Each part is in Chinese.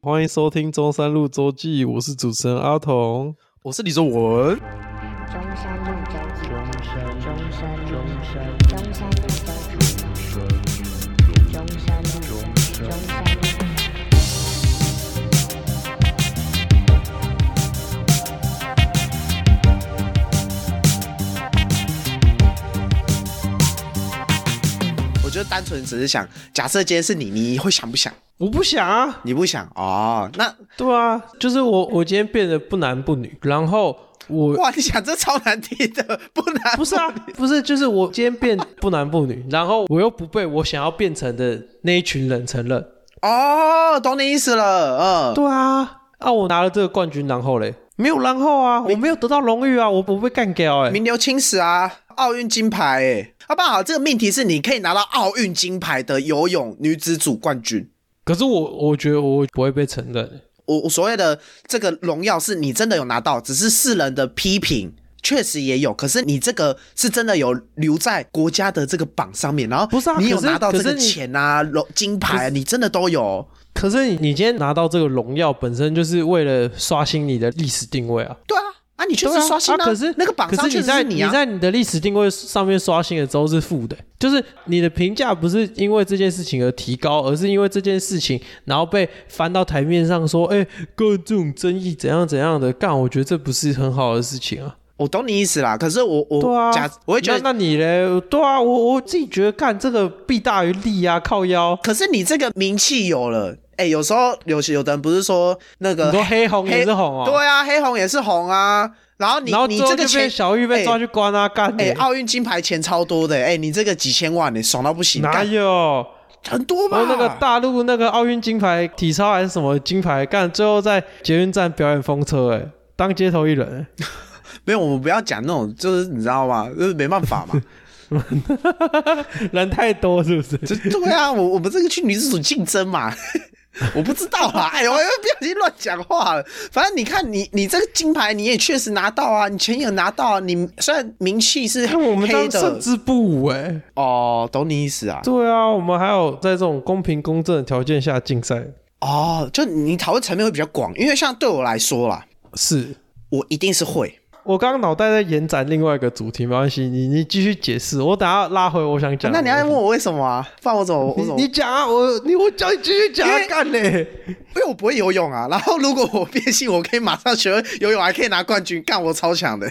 欢迎收听中山路周记，我是主持人阿童。我是李卓文，中山路周记，中山中山路中山路周记，中山路中山路我就单纯只是想，假设今天是你，你会想不想？我不想啊，你不想哦，那对啊，就是我，我今天变得不男不女，然后 我哇，你想这超难听的，不难，不是啊，不是，就是我今天变不男不 女，然后我又不被我想要变成的那一群人承认。哦，懂你意思了，嗯，对啊，啊，我拿了这个冠军，然后嘞，没有然后啊，我没有得到荣誉啊，我我被干掉哎、名留青史啊，奥运金牌，哎，好不好？这个命题是你可以拿到奥运金牌的游泳女子组冠军。可是我我觉得我不会被承认、我我所谓的这个荣耀，是你真的有拿到，只是世人的批评确实也有，可是你这个是真的有留在国家的这个榜上面，然后不是啊你有可是拿到这可个是你钱啊、荣金牌啊，你真的都有。可是你你今天拿到这个荣耀，本身就是为了刷新你的历史定位啊。对啊，啊，你确对实刷新啊可是那个榜可上是确你实是在啊。在你的历史定位上面刷新了之后是负的，就是你的评价不是因为这件事情而提高，而是因为这件事情然后被翻到台面上说，哎、各这种争议怎样怎样的，干，我觉得这不是很好的事情啊。我懂你意思啦，可是我我对啊假，我会觉那得，那你嘞？对啊，我我自己觉得干这个弊大于利啊，靠腰。可是你这个名气有了，哎、有时候有有的人不是说那个你说黑红也是红哦对啊，黑红也是红啊。然后你然后你最后这个就被钱小玉被抓哎去关啊，干哎、你奥运金牌钱超多的、哎、你这个几千万、你爽到不行，哪干有？哦很多吧？然后那个大陆那个奥运金牌体操还是什么金牌，干最后在捷运站表演风车、哎，当街头艺人、没有，我们不要讲那种，就是你知道吗？就是没办法嘛。 哎人太多是不是？就 对啊，我我们这个去女子组竞争嘛， 我不知道啊，哎，我又不小心乱讲话了。反正你看你，你这个金牌你也确实拿到啊，你钱也拿到啊，你虽然名气是看我们这黑样胜的之不武哎、哦，懂你意思啊？对啊，我们还有在这种公平公正的条件下竞赛，哦，就你讨论层面会比较广，因为像对我来说啦，是我一定是会。我刚刚脑袋在延展另外一个主题，没关系，你你继续解释，我等下拉回我想讲的那东你西、要问我为什么啊？不然我怎么我怎么？你你讲啊，我你我叫你继续讲因啊，为干嘞、因为我不会游泳啊，然后如果我变性，我可以马上学会游泳，还可以拿冠军，干我超强的。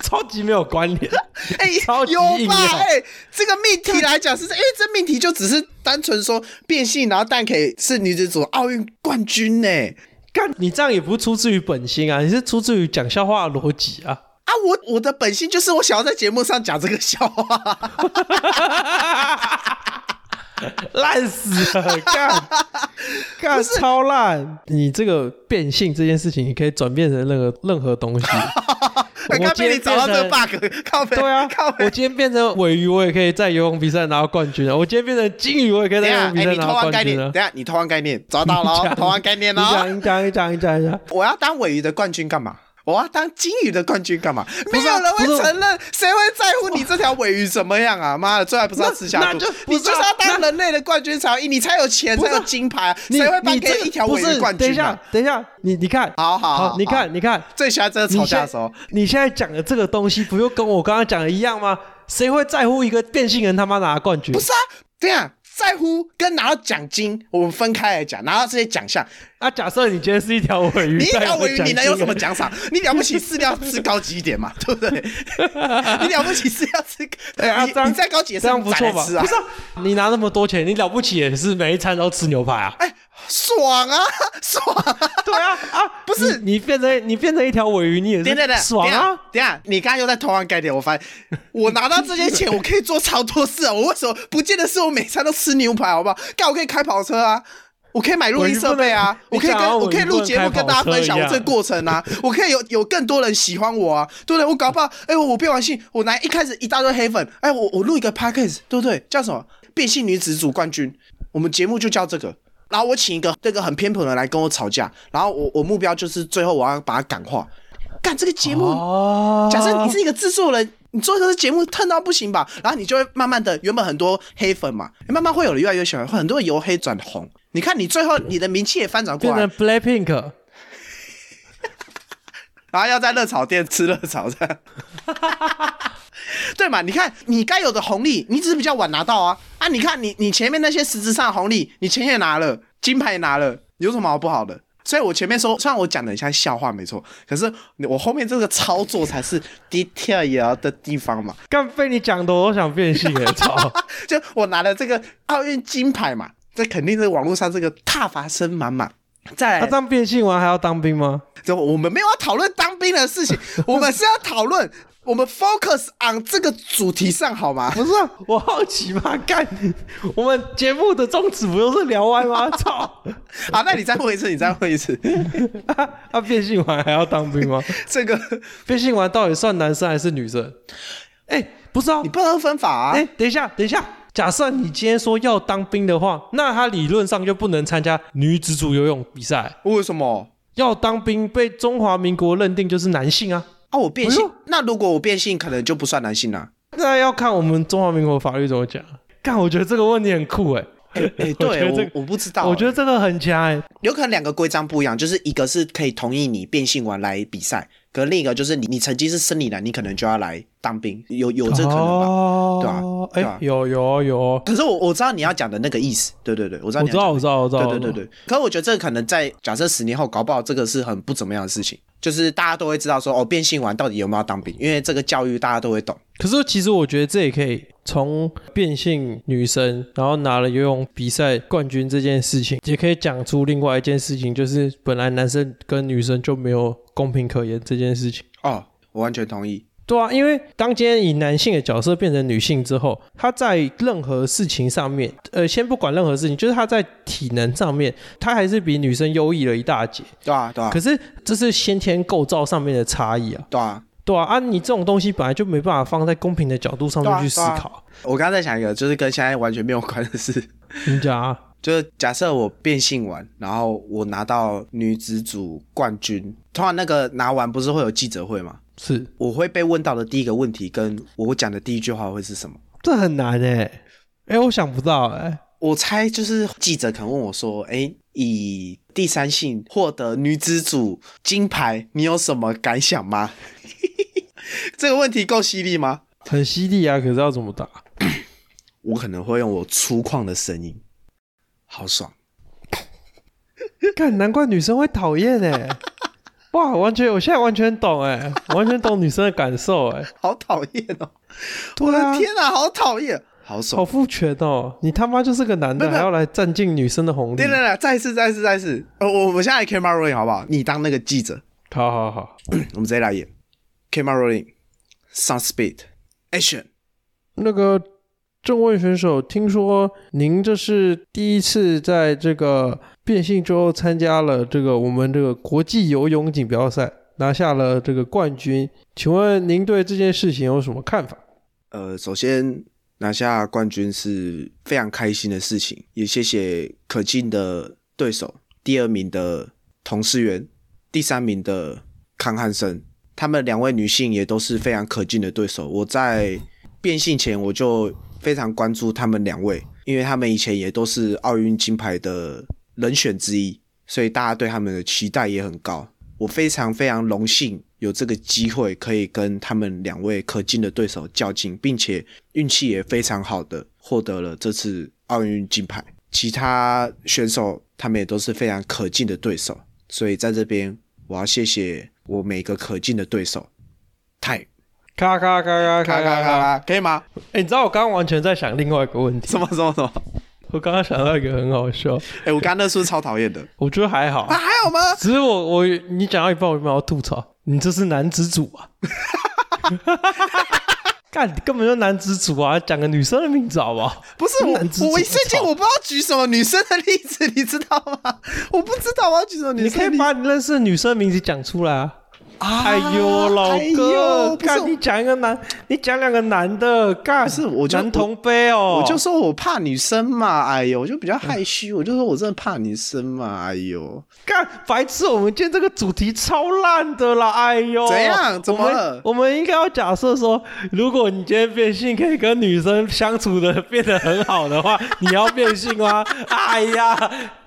超级没有关 联。哎、超级有硬吧？要哎、这个命题来讲是，因为这命题就只是单纯说变性，然后但可以是女子组奥运冠军呢、干，你这样也不是出自于本心啊，你是出自于讲笑话的逻辑啊。啊，我我的本性就是我想要在节目上讲这个笑话，烂死了， 干干超烂！你这个变性这件事情，你可以转变成任何任何 东西。我刚今天被你找到这个变成 bug，靠背，对啊 靠，我背。今天变成尾鱼，我也可以在游泳比赛拿到冠军了。啊我今天变成金鱼，我也可以在等一游下，泳比哎、赛你偷拿到换概冠念军，了等一。下你偷换概念，找到了哦，偷换概念你讲，哦。你讲，你讲，你讲，你讲。我要当尾鱼的冠军干嘛？我要当金鱼的冠军干嘛？没是啊有人会不是承认，谁会在乎你这条尾鱼怎么样啊？妈的，最后还不是要吃那下那肚就？不你是就啊是要当人类的冠军才有意义，你才有钱，不是才啊有金牌啊，你谁会颁你这给个一条不尾鱼是冠等一军下啊？，等一下，你你看，好好好你好看，你看，最喜欢这是吵架的时候，你现在讲的这个东西，不就跟我刚刚讲的一样吗？谁会在乎一个变性人他妈拿冠军？不是啊？对啊，在乎跟拿到奖金，我们分开来讲，拿到这些奖项，啊，假设你今天是一条尾鱼，你一条尾鱼在你能有什么奖奖赏？你了不起饲料吃高级一点嘛，对不 对？你了不起饲料吃，金？哎、啊，这你样你再高级也是这样不错宰来吧？吃啊不是、啊，你拿那么多钱，你了不起也是每一餐都吃牛排啊？哎，爽啊， 爽啊！对啊，啊，不是你你变成你变成一条尾鱼，你也等等是等，爽等一下啊！！等一下，你刚刚又在偷换概念，我 发现我拿到这些钱，我可以做超多事啊！ 我为什么不见得是我每餐都吃牛排，好不好？干，我可以开跑车啊！我可以买录音设备啊！我我一可以不能 你讲跟啊我可以录节目我一不能跟大家分享开跑车一我样这个过程啊！我可以有有更多人喜欢我啊，对不对？我搞不好，哎、我变完性，我来一开始一大堆黑粉，哎、我我录一个 podcast，对不对？叫什么？变性女子组冠军，我们节目就叫这个。然后我请一个这个很偏颇的人来跟我吵架，然后我我目标就是最后我要把他感化。干这个节目，哦假设你是一个制作人，你做这个节目蹭到不行吧？然后你就会慢慢的，原本很多黑粉嘛，慢慢会有人越来越喜欢，会很多人由黑转红。你看你最后你的名气也翻转过哦变来成，Blackpink。然后要在热炒店吃热炒这样。 对嘛？你看，你该有的红利，你只是比较晚拿到啊啊！你看你，你前面那些实质上的红利，你钱也拿了，金牌也拿了，有什么好不好的？所以我前面说，虽然我讲的很像笑话，没错，可是我后面这个操作才是 detail 也要的地方嘛。啊干被你讲的，我都想变性 了，操！就我拿了这个奥运金牌嘛，这肯定是网络上这个踏伐声满满。他再啊来，当变性完还要当兵吗？这我们没有要讨论当兵的事 情，我们是要讨论，我们 focus on 这个主题上 好吗？不是啊、我好奇嘛，干！我们节目的宗旨不就是聊歪吗？操！好，啊那你再问一次，你再问一 次，他啊变性完还要当兵吗？这个变性完到底算男生还是女生？哎、不是啊你，不能分法啊。哎、等一下，等一下。假设你今天说要当兵的话，那他理论上就不能参加女子组游泳比赛。为什么？要当兵被中华民国认定就是男性啊，啊，我哎变性呦，那如果我变性，可能就不算男性啊了。那要看我们中华民国法律怎么讲。干，我觉得这个问题很酷 哎、哎，我觉对得这个我我不知道，我觉得这个很强哎、有可能两个规章不一样，就是一个是可以同意你变性完来比赛，可另一个就是你你曾经是生理男，你可能就要来当兵，有有这可能吧？哦、对吧哎、对啊吧有有哦有哦，可是我我知道你要讲的那个意思，对对对，我知道我你要知道讲我知道我知道，对对对对，可是我觉得这个可能在假设十年后，搞不好这个是很不怎么样的事情，就是大家都会知道说哦，变性完到底有没有要当兵，因为这个教育大家都会懂。可是其实我觉得这也可以从变性女生，然后拿了游泳比赛冠军这件事情，也可以讲出另外一件事情，就是本来男生跟女生就没有公平可言这件事情。哦，我完全同意。对啊，因为当今天以男性的角色变成女性之后，他在任何事情上面，呃，先不管任何事情，就是他在体能上面，他还是比女生优异了一大截。对啊，对啊可，是这是先天构造上面的差异啊。对啊。对啊，啊，你这种东西本来就没办法放在公平的角度上面去思对啊对啊考。我刚刚在想一个，就是跟现在完全没有关的事， 你讲啊，就是假设我变性完，然后我拿到女子组冠军，通常那个拿完不是会有记者会吗？是我会被问到的第一个问题，跟我讲的第一句话会是什么？这很难哎、欸，哎、我想不到哎、我猜就是记者可能问我说：“哎、以第三性获得女子组金牌，你有什么感想吗？” 这个问题够犀利吗？很犀利啊，可是要怎么打？我可能会用我粗犷的声音，好爽。看，难怪女生会讨厌 哎。哇，完全，我现在完全懂哎、我完全懂女生的感受哎、好讨厌哦！我对啊的，天哪、好讨厌，好好爽！父权哦！你他妈就是个男的，没有没还有要来占尽女生的红利对。对对，再一次，再一次，再一次。呃，我我们现在来 camera rolling 好不好？你当那个记者， 好好好，我们直接来演 camera rolling，sound speed action。那个正问选手，听说您这是第一次在这个变性之后参加了这个我们这个国际游泳锦标赛，拿下了这个冠军。请问您对这件事情有什么看法？呃，首先拿下冠军是非常开心的事情，也谢谢可敬的对手，第二名的童思源，第三名的康汉生，他们两位女性也都是非常可敬的对手。我在变性前我就非常关注他们两位，因为他们以前也都是奥运金牌的人选之一，所以大家对他们的期待也很高。我非常非常荣幸有这个机会可以跟他们两位可敬的对手较劲，并且运气也非常好的获得了这次奥运金牌。其他选手他们也都是非常可敬的对手，所以在这边我要谢谢我每个可敬的对手。太咔咔咔咔咔咔咔！咔，可以吗？哎，你知道我刚刚完全在想另外一个问题，什么什么什么？我刚刚想到一个很好笑，哎、我刚刚那是不是超讨厌的？我觉得还好啊，，还有吗？只是我我你讲到一半，我有没有要吐槽？你这是男子组 啊！干，根本就男子组啊！讲个女生的名字好不好？不是我，男子我一主瞬间操我不知道举什么女生的例子，你知道吗？我不知道我要举什么女你生的可例子。以把你认识的女生的名字讲出来啊！啊哎呦，老哎哥，呦不是看你讲一个男，你讲两个男的，干不是我就男同杯哦，我就说我怕女生嘛，哎呦，我就比较害羞，我就说我真的怕女生嘛，哎呦，干白痴，我们今天这个主题超烂的啦！哎呦，怎样怎么我们了我们应该要假设说，如果你今天变性，可以跟女生相处的变得很好的话，你要变性 吗？哎呀，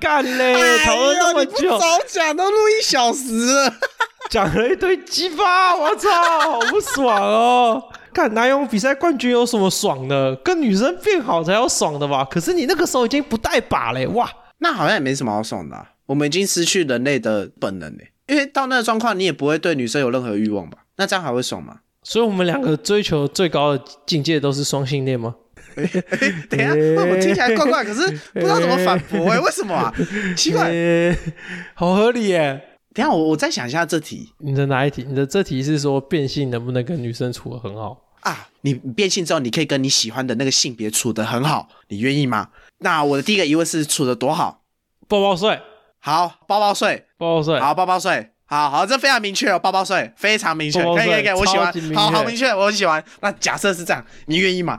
干嘞，哎讨论那么哎哎呦你久不，早讲都录一小时了， 讲了一堆鸡巴，我操，好不爽哦！看男泳比赛冠军有什么爽的？跟女生变好才要爽的吧？可是你那个时候已经不带把嘞，哇！那好像也没什么好爽的啊、我们已经失去人类的本能嘞，因为到那个状况，你也不会对女生有任何欲望吧？那这样还会爽吗？ 所以我们两个追求最高的境界都是双性恋吗？等一下， 那我听起来怪怪，可是不知道怎么反驳 哎、为什么啊？奇怪，欸 好合理耶！等一下我我再想一下这题你的哪一题？你的这题是说变性能不能跟女生处的很好？啊，你变性之后，你可以跟你喜欢的那个性别处得很好，你愿意吗？那我的第一个疑问是处得多好？抱抱睡，好，包包睡，抱抱睡，好，包包睡，好好，这非常明确哦，包包睡非常明确，包包可以可睡以可以，我喜超级明欢，确好好明确，我喜欢。那假设是这样，你愿意吗？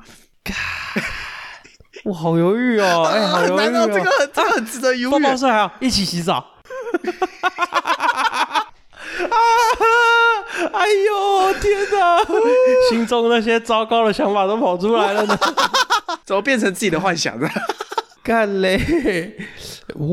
我好犹豫 哦，哎、好犹豫哦。难道这个很这个很值得犹抱豫？抱睡还有一起洗澡。啊！ 哎呦天哪， 心中那些糟糕的想法都跑出来了呢。怎么变成自己的幻想 了？ 干嘞，哦，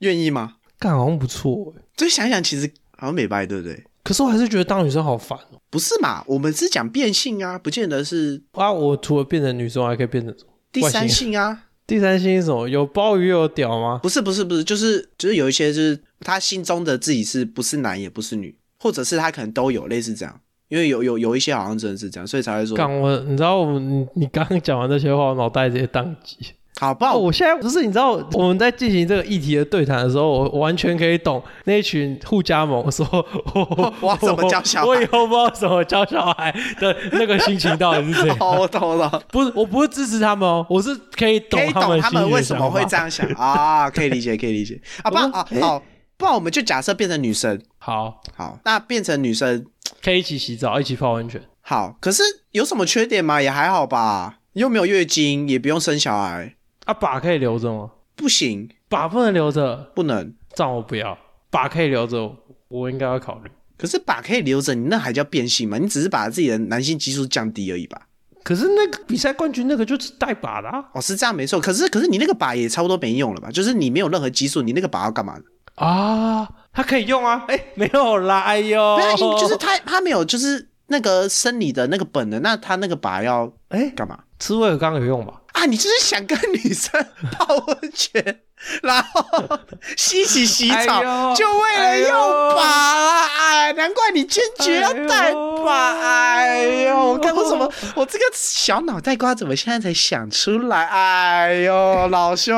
愿意吗？干好像不错哎，所以想一想，其实好像美白，对不对？可是我还是觉得当女生好烦哦。不是嘛？我们是讲变性啊，不见得是啊，我除了变成女生，我还可以变成什么第外三星人性啊。第三性是什么？有鲍鱼又有屌吗？不是不是不是，就是就是有一些就是他心中的自己是不是男也不是女，或者是他可能都有类似这样，因为有有有一些好像真的是这样，所以才会说干我，你知道我们你你刚刚讲完这些话，我脑袋直接宕机。好不好？哦，我现在不是你知道我们在进行这个议题的对谈的时候，我我完全可以懂那群互加盟说我 我要怎么教小孩我以后不知道怎么教小孩的那个心情到底是怎样。 哦，我懂了，不是，我不是支持他们哦，我是可以懂可以他懂们他心里们的为什么想法会这。样想啊，可以理解，可以理解啊，不然我啊好，不然我们就假设变成女生，好，好，那变成女生可以一起洗澡，一起泡温泉。好，可是有什么缺点吗？也还好吧，又没有月经，也不用生小孩，啊，把可以留着吗？不行，把不能留着，不能。这样我不要，把可以留着，我我应该要考虑。可是把可以留着，你那还叫变性吗？你只是把自己的男性激素降低而已吧？可是那个比赛冠军那个就是带把的、啊，哦，是这样没错。可是可是你那个把也差不多没用了吧？就是你没有任何激素，你那个把要干嘛呢？啊，他可以用啊，哎、没有啦，哎呦，对啊，你就是他他没有就是那个生理的那个本能，那他那个把要哎、干嘛吃味尔刚有用吧？啊？你就是想跟女生泡温泉，然后洗洗洗哎澡，呦就为了用把啊！哎，难怪你坚决要带把。哎哎呦呦，我看为什么我这个小脑袋瓜怎么现在才想出来？哎呦，老兄。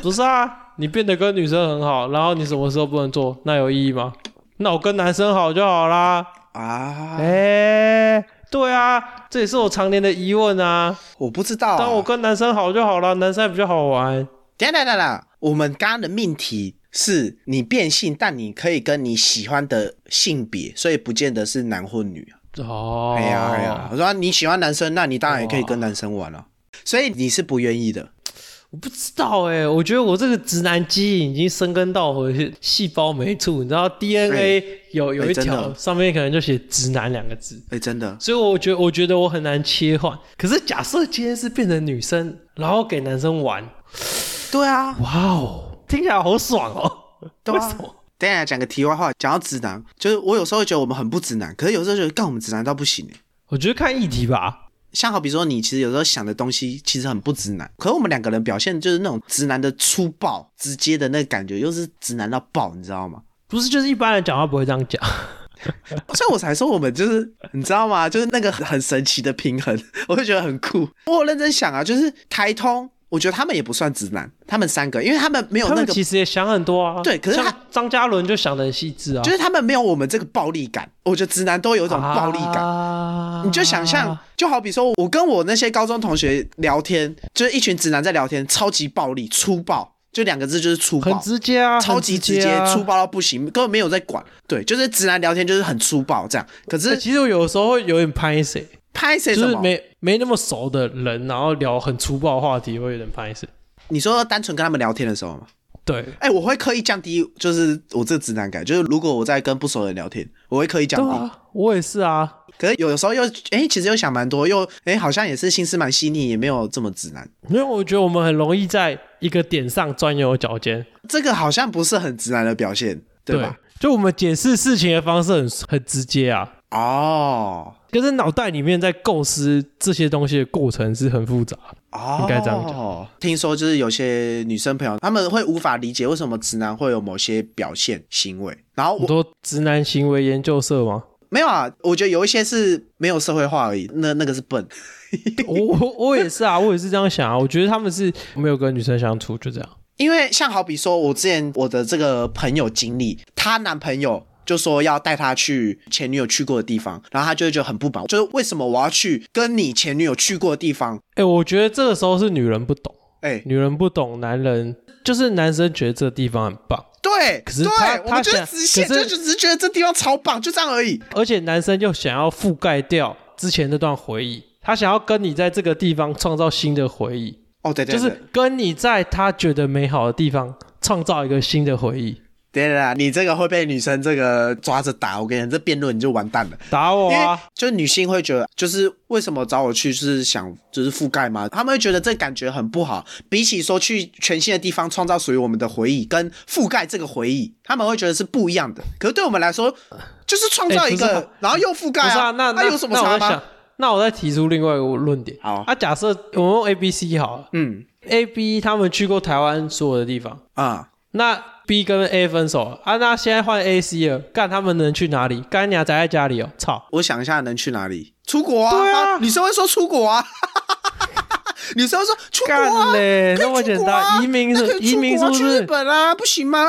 不是啊，你变得跟女生很好，然后你什么时候不能做，那有意义吗？那我跟男生好就好啦。啊，哎、对啊，这也是我常年的疑问啊。我不知道、啊。当我跟男生好就好啦，男生还比较好玩。等一下等一下等一下，我们刚刚的命题是你变性，但你可以跟你喜欢的性别，所以不见得是男或女啊。哦，哎呀哎呀，我说你喜欢男生，那你当然也可以跟男生玩了、啊所以你是不愿意哦的，我不知道哎、我觉得我这个直男基因已经生根到我的细胞每处，你知道 DNA 有有哎一真的条上面可能就写“直男”两个字，哎、真的所以我觉得我觉得我很难切换。可是假设今天是变成女生，然后给男生玩，对啊，哇哦，听起来好爽哦！对为啊什么？等一下讲个题外话，讲到直男，就是我有时候会觉得我们很不直男，可是有时候觉得干我们直男到不行、欸。我觉得看议题吧，像好比说，你其实有时候想的东西其实很不直男，可是我们两个人表现就是那种直男的粗暴、直接的那个感觉，又是直男到爆，你知道吗？不是就是一般人讲话不会这样讲。哦所以我才说我们就是你知道吗？就是那个很神奇的平衡， 我就觉得很酷。我有认真想啊，就是台通，我觉得他们也不算直男，他们三个，因为他们没有他那们个，其实也想很多啊，对可是他像张嘉伦就想的很细致啊，就是他们没有我们这个暴力感。我觉得直男都有一这种暴力感。啊你就想象，就好比说，我跟我那些高中同学聊天，就是一群直男在聊天，超级暴力、粗暴，就两个字就是粗暴，很直接啊，超很级直直接，啊粗。暴到不行，根本没有在管。对，就是直男聊天就是很粗暴这样。可这是其实我有时候会有点拍谁，拍谁就什是么？没没那么熟的人，然后聊很粗暴的话题，会有点拍谁。你说单纯跟他们聊天的时候吗？对，哎、我会刻意降低，就是我这直男感，就是如果我在跟不熟的人聊天，我会刻意降对低。啊，我也是啊。可是有的时候又哎、其实又想蛮多，又哎、好像也是心思蛮细腻，也没有这么直男。因为我觉得我们很容易在一个点上钻牛角尖，这个好像不是很直男的表现，对吧？就我们解释事情的方式很很直接啊，哦可是脑袋里面在构思这些东西的过程是很复杂的。哦，应该这样讲。听说就是有些女生朋友，她们会无法理解为什么直男会有某些表现行为，然后很我多直男行为研究社 吗？没有啊，我觉得有一些是没有社会化而已，那那个是笨。我我我也是啊，我也是这样想啊。我觉得他们是没有跟女生相处，就这样。因为像好比说，我之前我的这个朋友经历，她男朋友就说要带她去前女友去过的地方，然后她就会觉得很不满，就是为什么我要去跟你前女友去过的地方？哎、我觉得这个时候是女人不懂，哎、女人不懂男人，就是男生觉得这个地方很棒，对，可是对她，我她们就想只现可就是就只是觉得这地方超棒，就这样而已。而且男生又想要覆盖掉之前那段回忆，他想要跟你在这个地方创造新的回忆，哦，对对就对，是跟你在他觉得美好的地方创造一个新的回忆。对对对，你这个会被女生这个抓着打，我跟你讲，这辩论你就完蛋了。打我因为啊！就是女性会觉得，就是为什么找我去，就是想就是覆盖嘛，他们会觉得这感觉很不好。比起说去全新的地方创造属于我们的回忆，跟覆盖这个回忆，他们会觉得是不一样的。可是对我们来说，就是创造一个，哎不是啊然后又覆盖不是啊，那那那有什么那差我在吗想？，那我再提出另外一个论点。好啊，假设我们用 A、B、C 好了嗯，A、B 他们去过台湾所有的地方，啊、那 B 跟 A 分手了啊，那现在换 A、C 了，干他们能去哪里？干你俩宅在家里哦，操！我想一下能去哪里？出国啊？对啊女生会说出国啊， 女生会说出国干啊。嘞，可以那么出简国啊单，移民那可是以移出民是国啊不去日是？本啊，不行吗？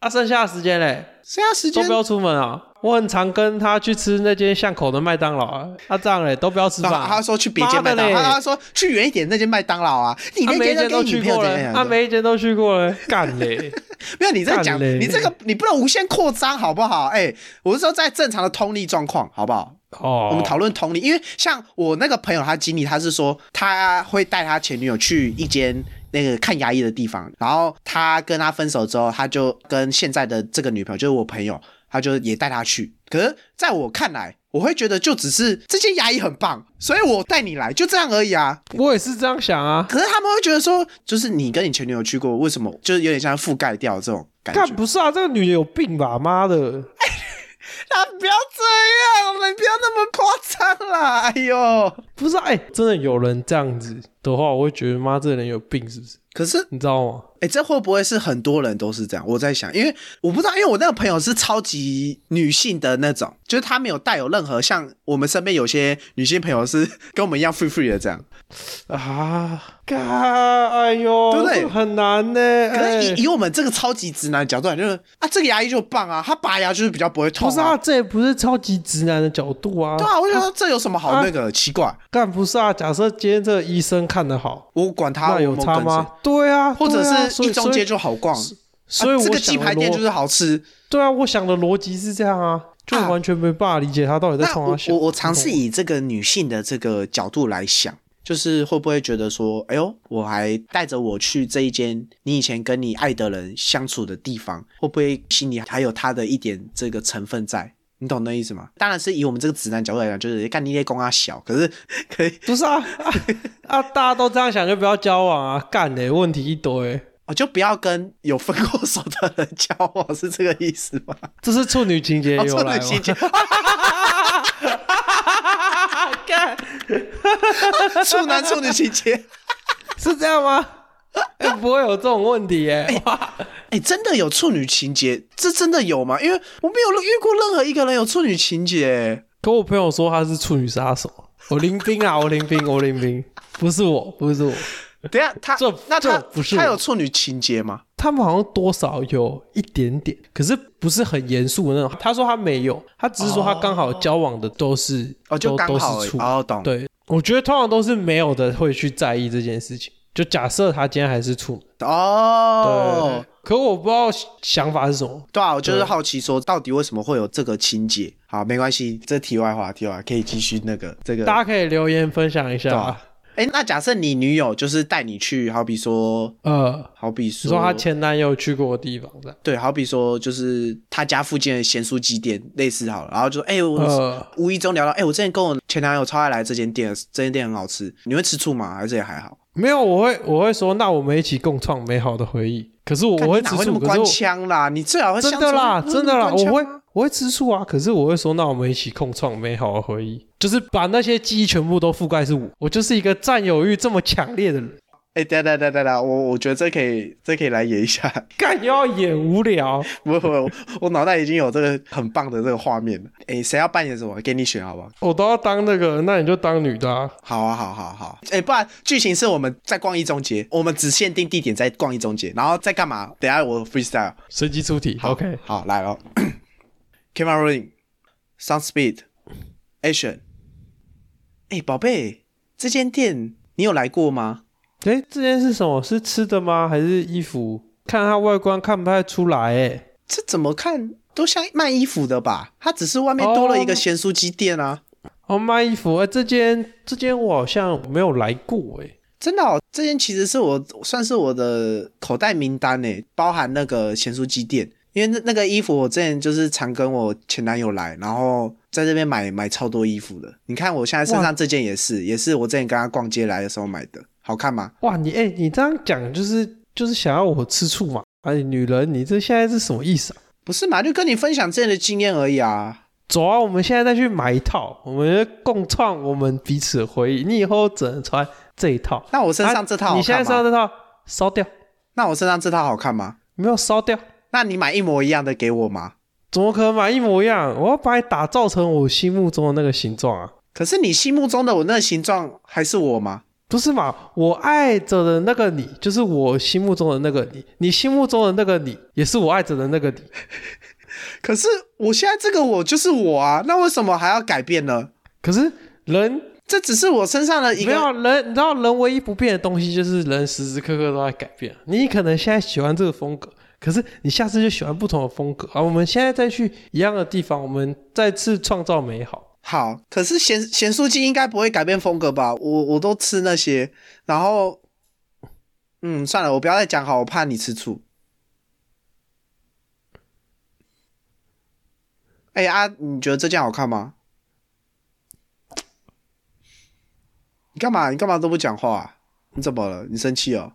啊，剩下的时间嘞，剩下时都间不要出门啊！我很常跟他去吃那间巷口的麦当劳啊，啊这样嘞，都不要吃然饭后啊。他说去别间麦当劳，妈的他嘞他说去远一点那间麦当劳啊，你他那每一间间跟都你去朋友过怎了，样？他每一间都去过了，干嘞！没有你在讲，干嘞你这个你不能无限扩张好不好？哎，我是说在正常的通力状况好不好？哦，我们讨论同理，因为像我那个朋友，他经理他是说他会带他前女友去一间那个看牙医的地方，然后他跟他分手之后，他就跟现在的这个女朋友，就是我朋友，他就也带他去。可是在我看来，我会觉得就只是这间牙医很棒，所以我带你来，就这样而已啊。我也是这样想啊，可是他们会觉得说，就是你跟你前女友去过，为什么就是有点像覆盖掉这种感觉干？不是啊，这个女的有病吧？妈的！他不要这样，我们不要那么夸张啦！哎呦，不是啊，哎、真的有人这样子的话，我会觉得妈这人有病是不是？可是你知道吗？哎、这会不会是很多人都是这样？我在想，因为我不知道，因为我那个朋友是超级女性的那种，就是她没有带有任何像我们身边有些女性朋友是跟我们一样 free free 的这样。啊，干，哎呦，对不对这很难呢、可是以、哎以我们这个超级直男的角度来，就是啊，这个牙医就棒啊，他拔牙就是比较不会痛、不是啊，，这也不是超级直男的角度啊。对啊，我就说这有什么好那个、奇怪？干不是啊，假设今天这个医生看得好，我管他那有我差跟谁？吗？对啊，或者对啊是所以一中街就好逛，所以啊所以这我个想鸡的排店逻就是好吃。对啊，我想的逻辑是这样啊，就啊完全没办法理解他到底在那冲我他笑。我我尝试你懂吗以这个女性的这个角度来想，就是会不会觉得说，哎呦，我还带着我去这一间你以前跟你爱的人相处的地方，会不会心里还有他的一点这个成分在？你懂那意思吗？当然是以我们这个直男角度来讲，就是干你那公啊小，可是可以不是啊啊啊！大家都这样想就不要交往啊，干嘞、问题一堆、我哦就不要跟有分过手的人交往，是这个意思吗？这是处女情节哦由 处来女吗？情节，啊 干处男处女情节。是这样吗？哎不会有这种问题耶、哇 哎、真的有处女情节？这真的有吗？因为我没有遇过任何一个人有处女情节。可我朋友说他是处女杀手，我林冰啊，我林冰，我林冰，不是我，不是我，等一下他这那他这不是他我有处女情节吗？他们好像多少有一点点，可是不是很严肃的那种。他说他没有，他只是说他刚好交往的都是哦，就都刚都好是而已处女哦，懂。对，我觉得通常都是没有的会去在意这件事情。就假设他今天还是处女，哦对，，可我不知道想法是什么。对啊，我就是对好奇说，到底为什么会有这个情节？好，没关系，这题外话，题外话可以继续那个这个。大家可以留言分享一对下啊啊。哎、那假设你女友就是带你去，好比说，呃，好比你说，说她前男友去过的地方这样。对，好比说就是她家附近的咸酥鸡店，类似好了，然后就说，哎、我、呃无意中聊到，哎、我之前跟我前男友超爱来这间店，这间店很好吃，你会吃醋吗？还是也还好？没有，我会我会说，那我们一起共创美好的回忆。可是我我会干吃你哪醋，会那么啊可是官我腔啦？你最好会真像的啦，说真的啦，你我会那么官腔吗我会吃醋啊。可是我会说，那我们一起共创美好的回忆，就是把那些记忆全部都覆盖是我，我就是一个占有欲这么强烈的人。 哎、等等等等等，我我觉得这可以，这可以来演一下。 干又要演无聊，不不，我我脑袋已经有这个很棒的这个画面了。哎、谁要扮演什么？给你选好不好？我都要当那个，那你就当女的、啊。好啊，好好好。哎、不然剧情是我们在逛一中街，我们只限定地点在逛一中街，然后再干嘛？等一下我 freestyle。随机出题，OK。好，来 了。Camera rolling, sound speed, action。哎、宝贝，这间店你有来过吗？哎，这件是什么？是吃的吗？还是衣服？看它外观看不太出来，哎，这怎么看都像卖衣服的吧？它只是外面多了一个哦咸酥鸡店啊。哦，卖衣服，哎，这间这间我好像没有来过，哎，真的、哦，这件其实是我算是我的口袋名单诶，包含那个咸酥鸡店，因为那那个衣服我之前就是常跟我前男友来，然后在这边买买超多衣服的。你看我现在身上这件也是，也是我之前跟他逛街来的时候买的，好看吗？哇，你哎，你这样讲就是就是想要我吃醋嘛？哎，女人，你这现在是什么意思啊？不是嘛，就跟你分享之前的经验而已啊。走啊，我们现在再去买一套，我们共创我们彼此的回忆。你以后只能穿这一套，那我身上这套啊好你现在看身上吗？这套烧掉，那我身上这套好看吗？没有烧掉，那你买一模一样的给我吗？怎么可能买一模一样？我要把你打造成我心目中的那个形状啊！可是你心目中的我那个形状还是我吗？不是嘛？我爱着的那个你，就是我心目中的那个你；你心目中的那个你，也是我爱着的那个你。可是我现在这个我就是我啊，那为什么还要改变呢？可是人这只是我身上的一没个，有人，你知道人唯一不变的东西就是人时时刻刻都在改变。你可能现在喜欢这个风格，可是你下次就喜欢不同的风格啊。我们现在再去一样的地方，我们再次创造美好。好，可是咸咸酥鸡应该不会改变风格吧？我我都吃那些，然后，嗯，算了，我不要再讲好，我怕你吃醋。哎、啊，你觉得这件好看吗？你干嘛？你干嘛都不讲话、啊你怎么了？你生气哦？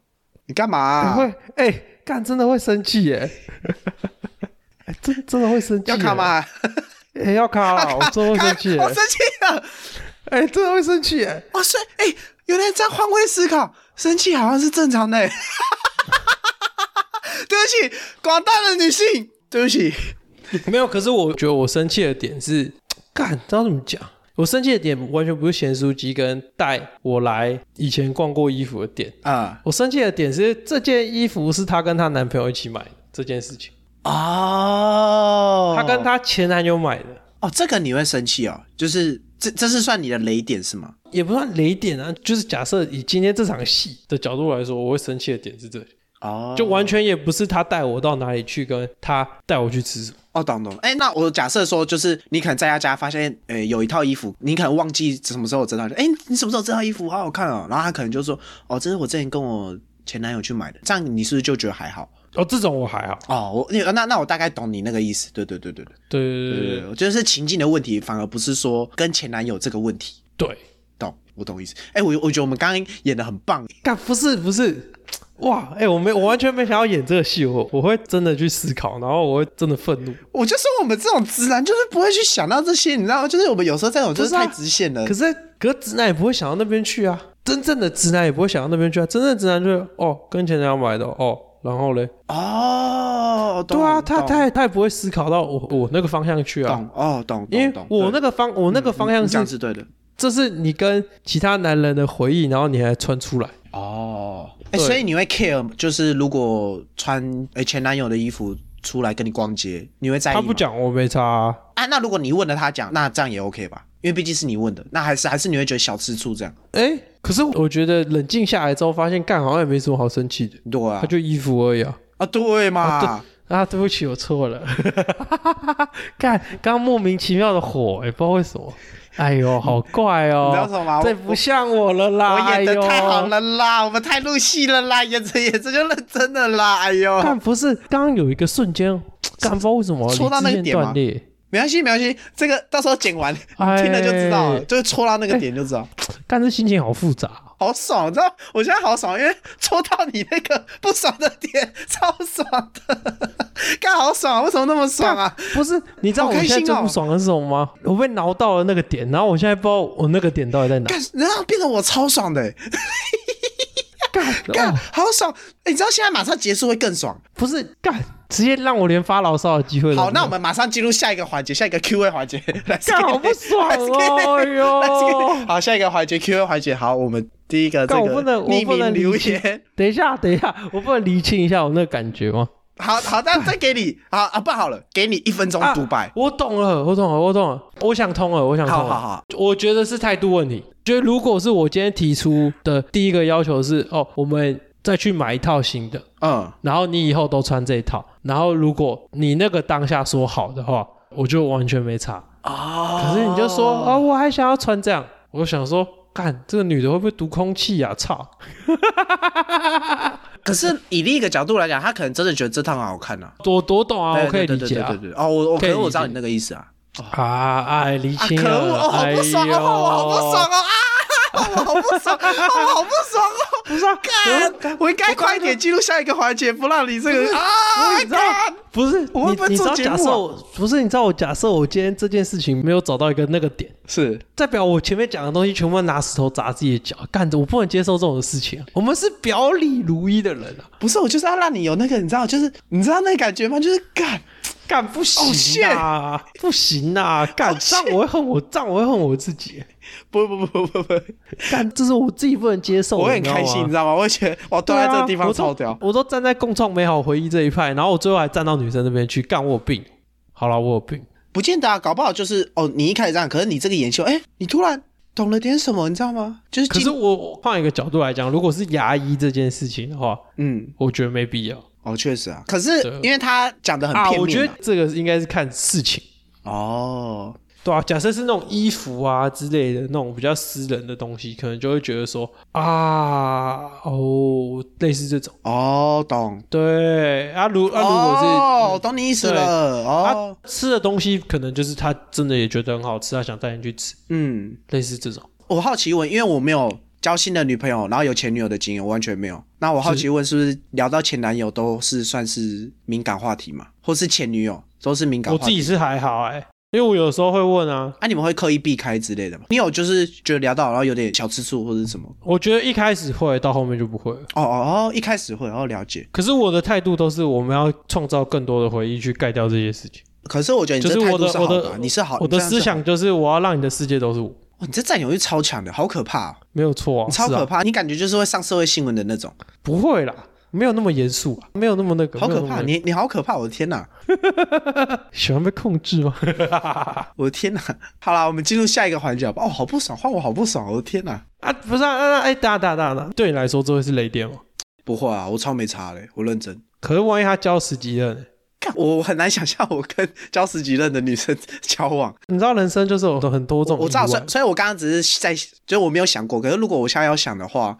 你干嘛啊、会哎，干、真的会生气 耶！哎真真的会生气，要看？吗？哎、要卡啦！我真的会生气 耶我！生气了。哎、真的会生气耶！哇塞，哎、原来这样换位思考，生气好像是正常的、欸。 对不起，广大的女性，对不起。没有，可是我觉得我生气的点是，干，知道怎么讲？我生气的点完全不是咸酥鸡跟带我来以前逛过衣服的店。啊、我生气的点是，这件衣服是她跟她男朋友一起买的这件事情，哦她跟她前男友买的，哦，这个你会生气哦，就是这这是算你的雷点是吗？也不算雷点啊。就是假设以今天这场戏的角度来说，我会生气的点是这里，哦，就完全也不是她带我到哪里去，跟她带我去吃什么。哦，懂懂。哎、那我假设说，就是你可能在他家发现，呃、有一套衣服，你可能忘记什么时候有这套，哎、你什么时候有这套衣服好好看哦？然后他可能就说，哦，这是我之前跟我前男友去买的，这样你是不是就觉得还好？哦，这种我还好，哦，我那那那我大概懂你那个意思，对对对对对对对对对对对对，我觉得是情境的问题，反而不是说跟前男友这个问题，对对。懂我懂意思。哎、我我觉得我们刚刚演的很棒，干不是不是，哇！哎、我没我完全没想要演这个戏，我我会真的去思考，然后我会真的愤怒。我就说我们这种直男就是不会去想到这些，你知道吗？就是我们有时候这种就是不是啊太直线了可。是可是直男也不会想到那边去啊，真正的直男也不会想到那边去啊。真正的直男就是哦，跟前男友买的哦，然后嘞，哦，懂对啊，他懂他也他也不会思考到我我那个方向去啊，懂哦懂，因为懂懂我那对嗯个方我那个方向你是这样是对的这是你跟其他男人的回忆，然后你还穿出来。哦。哎、对所以你会 care，就是如果穿哎前男友的衣服出来跟你逛街，你会在意他吗？不讲我没差、啊，啊，那如果你问了他讲，那这样也 OK 吧？因为毕竟是你问的，那还是还是你会觉得小吃醋这样。哎，可是我觉得冷静下来之后，发现干好像也没什么好生气的，对啊他，就衣服而已啊。啊对嘛啊，啊，对不起，我错了。 干，刚刚莫名其妙的火，也、不知道为什么。哎呦，好怪哦！你知道什么吗这不像我了啦！我演哎的呦太好了啦，我们太入戏了啦，演着演着就认真的啦，哎呦，干不是，刚刚有一个瞬间，干不知道为什么戳到那个理智线点吗断裂。没关系没关系，这个到时候剪完哎听了就知道了，就是戳到那个点就知道，干这心情好复杂哦、好爽，你知道？我现在好爽，因为戳到你那个不爽的点，超爽的， 干好爽，为什么那么爽啊？不是，你知道好我开现在心最哦不爽的是什么吗？我被挠到了那个点，然后我现在不知道我那个点到底在哪。干，然后变成我超爽的、欸，干、哦好爽！欸你知道现在马上结束会更爽。不是干，直接让我连发牢骚的机会都没有。好，那我们马上进入下一个环节，下一个 Q&A 环节， 来，干好不爽 哦！哎呦，好，下一个环节 Q&A 环节，好，我们第一啊个这干我个不能，我匿不能名理留清言，。 等一下，等一下，我不能厘清一下我那个感觉吗？好好，那再给你， 好啊，不好了，给你一分钟啊独白。我懂了，我懂了，我懂了，我想通了，我想通了。好好好，我觉得是态度问题。就是如果是我今天提出的第一个要求是，哦，我们再去买一套新的，嗯，然后你以后都穿这一套，然后如果你那个当下说好的话，我就完全没差。哦可是你就说，哦，我还想要穿这样，我就想说，干这个女的会不会读空气呀、操！可是以另一个角度来讲，他可能真的觉得这趟好看啊。我我懂啊，我可以对理对解对啊对对对，哦，我我可可以能我理知道解你那个意思啊。啊！哎，离啊，清可了，哎恶，哦，好不爽哦，哦我好不爽哦啊！我好不爽，哦我好不爽哦！不是啊，干，我应该快一点进入下一个环节，不让你这个我啊！你知道干不是我会你不会你知做道节目啊假设我不是你知道我假设我今天这件事情没有找到一个那个点，是代表我前面讲的东西全部拿石头砸自己的脚，干着我不能接受这种事情啊、我们是表里如一的人啊，不是我就是要让你有那个，你知道，就是你知道那个感觉吗？就是干，干不行啊，不行啊，干哦这样我会恨我，这样我会恨我自己，不不不不不不，干这是我自己不能接受的，我很你知道吗开心，你知道吗？我觉得我蹲在这个对地啊方我都超屌。我都站在共创美好回忆这一派，然后我最后还站到女生那边去，干我有病。好了，我有病。不见得啊，搞不好就是哦，你一开始这样，可是你这个研究，哎，你突然懂了点什么，你知道吗？就是可进是我换一个角度来讲，如果是牙医这件事情的话，嗯，我觉得没必要哦，确实啊。可是对因为他讲的很啊。片面、我觉得这个应该是看事情，哦，对啊，假设是那种衣服啊之类的那种比较私人的东西，可能就会觉得说啊，哦，类似这种。哦，懂。对啊，如啊，如果是、哦，我懂你意思对了。哦，啊吃的东西，可能就是他真的也觉得很好吃，他想带你去吃，嗯。类似这种。我好奇问，因为我没有交新的女朋友，然后有前女友的经验，我完全没有。那我好奇问，是不是聊到前男友都是算是敏感话题嘛，或是前女友都是敏感我话题？自己是还好哎、因为我有时候会问啊。啊，你们会刻意避开之类的吗？你有就是觉得聊到然后有点小吃醋或者什么？我觉得一开始会，到后面就不会了。哦哦哦，一开始会，哦了解。可是我的态度都是我们要创造更多的回忆去盖掉这些事情。可是我觉得你就是这态我度的是好我的啊，的你是好，我的你这样是思想就是我要让你的世界都是我，好，哇，你这占有欲超强的，好可怕、哦，没有错啊，你超是啊可怕，你感觉就是会上社会新闻的那种，不会啦，没有那么严肃啊，没有那么那个，好没有可那么怕，那个你你好可怕，我的天哪、喜欢被控制 吗？我的天哪、好啦，我们进入下一个环节好吧？哦，好不爽，换我好不爽，我的天哪、啊，不是啊，啊哎，打打打打，对你来说这会是雷电吗？不会啊，我超没差嘞，我认真。可是万一他交十几任呢，干我我很难想象我跟交十几任的女生 交往。你知道人生就是有很多种我知道，意所外以所以我刚刚只是在，就是我没有想过。可是如果我现在要想的话，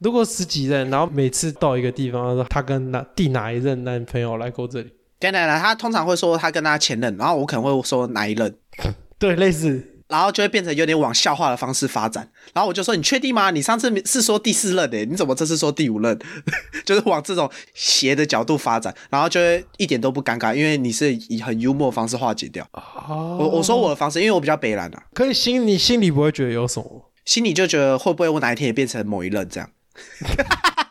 如果十几任，然后每次到一个地方，他跟哪第哪一任男朋友来过这里，等等等，他通常会说他跟他前任，然后我可能会说哪一任，对，类似然后就会变成有点往笑话的方式发展。然后我就说你确定吗？你上次是说第四任诶、你怎么这次说第五任？ 就是往这种斜的角度发展，然后就会一点都不尴尬，因为你是以很幽默的方式化解掉。哦我我说我的方式，因为我比较北蓝啊，可以心你心里不会觉得有什么。心里就觉得会不会我哪一天也变成某一任这样。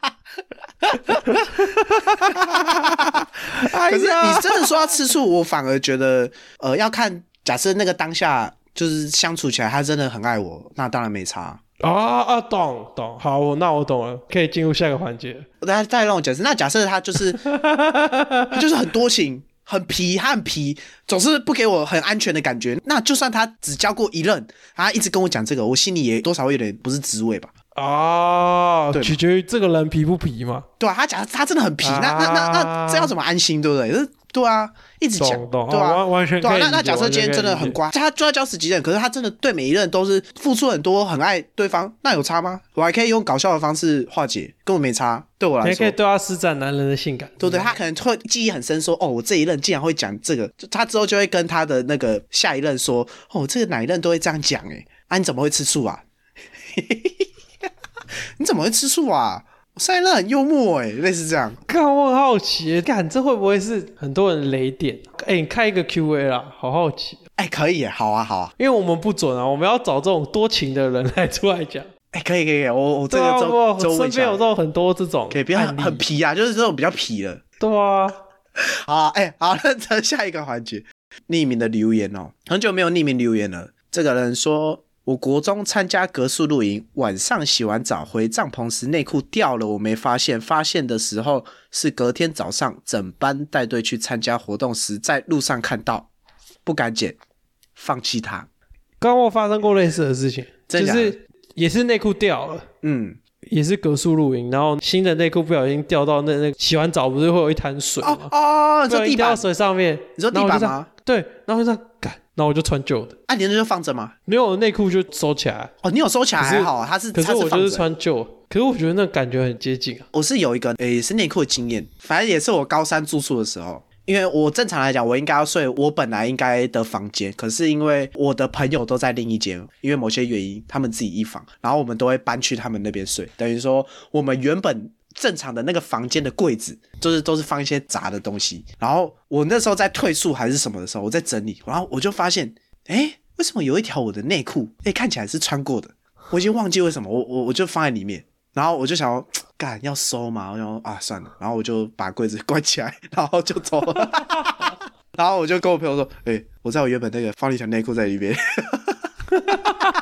可可是你真的说要吃醋，我反而觉得，呃，要看假设那个当下就是相处起来，他真的很爱我，那当然没差。啊啊，懂懂，好，我那我懂了，可以进入下一个环节。再再让我解释，那假设他就是他就是很多情，很皮，他很皮，总是不给我很安全的感觉。那就算他只教过一任，他一直跟我讲这个，我心里也多少会有点不是滋味吧。啊，对取决于这个人皮不皮嘛。对啊，他讲他真的很皮，那那那那这要怎么安心，对不对？这对啊，一直讲啊懂，懂哦对啊，完完全对可啊。以那那理解假设完全今天可以真的理很解乖，他就要教十几任，可是他真的对每一任都是付出很多，很爱对方，那有差吗？我还可以用搞笑的方式化解，根本没差，对我你还来可以说。对他施展男人的性感，对不对，他可能会记忆很深说，哦，我这一任竟然会讲这个，就他之后就会跟他的那个下一任说，哦，这个哪一任都会这样讲，哎，啊，你怎么会吃醋啊？ 你怎么会吃醋啊？我上一任很幽默，哎，类似这样。干，我很好奇，干这会不会是很多人雷点？哎、你看一个 Q&A 啦，好好奇，哎、可以耶，好啊，好啊，因为我们不准啊，我们要找这种多情的人来出来讲。哎、可以，可以，可以我 我这对个啊，周、我周身问边一下有这，种很多这种可以不要案很例很皮啊，就是这种比较皮的。对啊，好啊、哎、好，那这下一个环节，匿名的留言哦，很久没有匿名留言了。这个人说，我国中参加格数露营，晚上洗完澡回帐篷时内裤掉了，我没发现，发现的时候是隔天早上整班带队去参加活动时，在路上看到，不敢捡，放弃它。刚刚我发生过类似的事情，真就假的是也是内裤掉了。嗯，也是格数露营，然后新的内裤不小心掉到那那洗完澡不是会有一滩水哦吗？哦，不小这心地掉板到，水上面，你说地然后我就板这吗样？？对，然后我就这样干，然后我就穿旧的，啊，你那就放着吗？没有我的内裤就收起来。哦，你有收起来可是还好啊，他是可他是我放就是着穿旧，可是我觉得那感觉很接近 啊。我是有一个诶、是内裤的经验，反正也是我高三住宿的时候，因为我正常来讲我应该要睡我本来应该的房间，可是因为我的朋友都在另一间，因为某些原因他们自己一房，然后我们都会搬去他们那边睡，等于说我们原本。正常的那个房间的柜子，就是都是放一些杂的东西。然后我那时候在退宿还是什么的时候，我在整理，然后我就发现，哎，为什么有一条我的内裤，哎，看起来是穿过的，我已经忘记为什么，我我我就放在里面，然后我就想要干要收嘛，我想说啊算了，然后我就把柜子关起来， 然后就走了。 然后我就跟我朋友说，哎、我在我原本那个放了一条内裤在里面，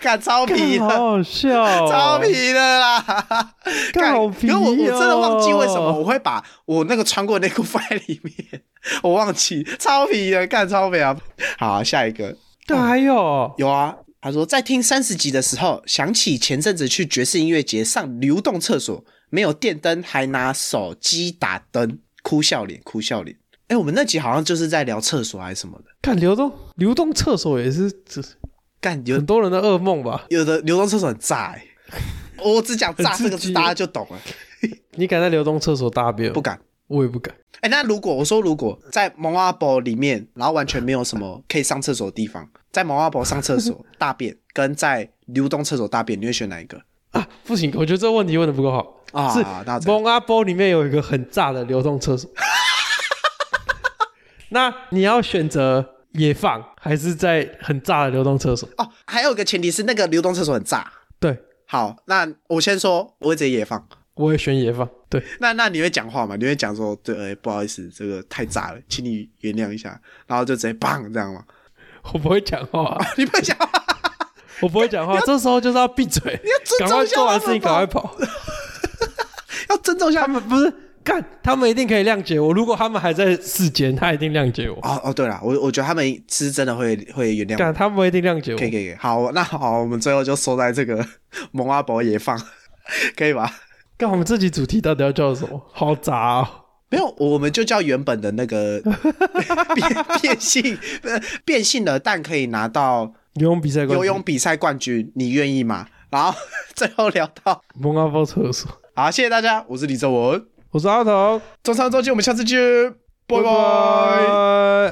干超皮干的，好好笑哦，啊 超皮的啦， 干好皮因为哦我我真的忘记为什么我会把我那个穿过的内裤放在里面， 我忘记超皮的，干超皮啊！好，下一个。干还有哦有啊，他说在听三十集的时候，想起前阵子去爵士音乐节上流动厕所，没有电灯，还拿手机打灯，哭笑脸，哭笑脸。哎、我们那集好像就是在聊厕所还是什么的，干流动流动厕所也是这干有很多人的噩梦吧？有的流动厕所很炸、欸，我只讲炸很这刺个字，激大家就懂了，你敢在流动厕所大便？不，敢。我也不敢。哎、那如果我说如果在蒙阿波里面，然后完全没有 什么可以上厕所的地方，在蒙阿波上厕所大便，跟在流动厕所大便，你会选哪一个？啊，不行，我觉得这个问题问的不够好啊那是怎样蒙阿波里面有一个很炸的流动厕所， 那你要选择野放还是在很炸的流动厕所？哦，还有一个前提是那个流动厕所很炸。对，好，那我先说，我会直接野放。我也选野放。对，那那你会讲话吗？你会讲说，对，哎、不好意思，这个太炸了，请你原谅一下，然后就直接砰这样吗？我不会讲话，啊 你不会讲话，我不会讲话，这时候就是要闭嘴，你要尊重赶快一下做完他事们情，赶吧快跑。要尊重一下他。们不是干，他们一定可以谅解我。如果他们还在世间，他一定谅解我。哦哦，对了，我我觉得他们是真的会会原谅干，我。他们一定谅解我可以。可以，可以好，那好，我们最后就收在这个 蒙阿伯野放，可以吧？干，我们这集主题到底要叫什么？好杂哦。没有，我们就叫原本的那个变变性，呃变性的蛋可以拿到游泳比赛冠游军，泳比赛冠军，你愿意吗？然后 最后聊到，蒙阿波厕所。好，谢谢大家，我是李正文，我是阿童，中山周记，我们下次见，拜拜。拜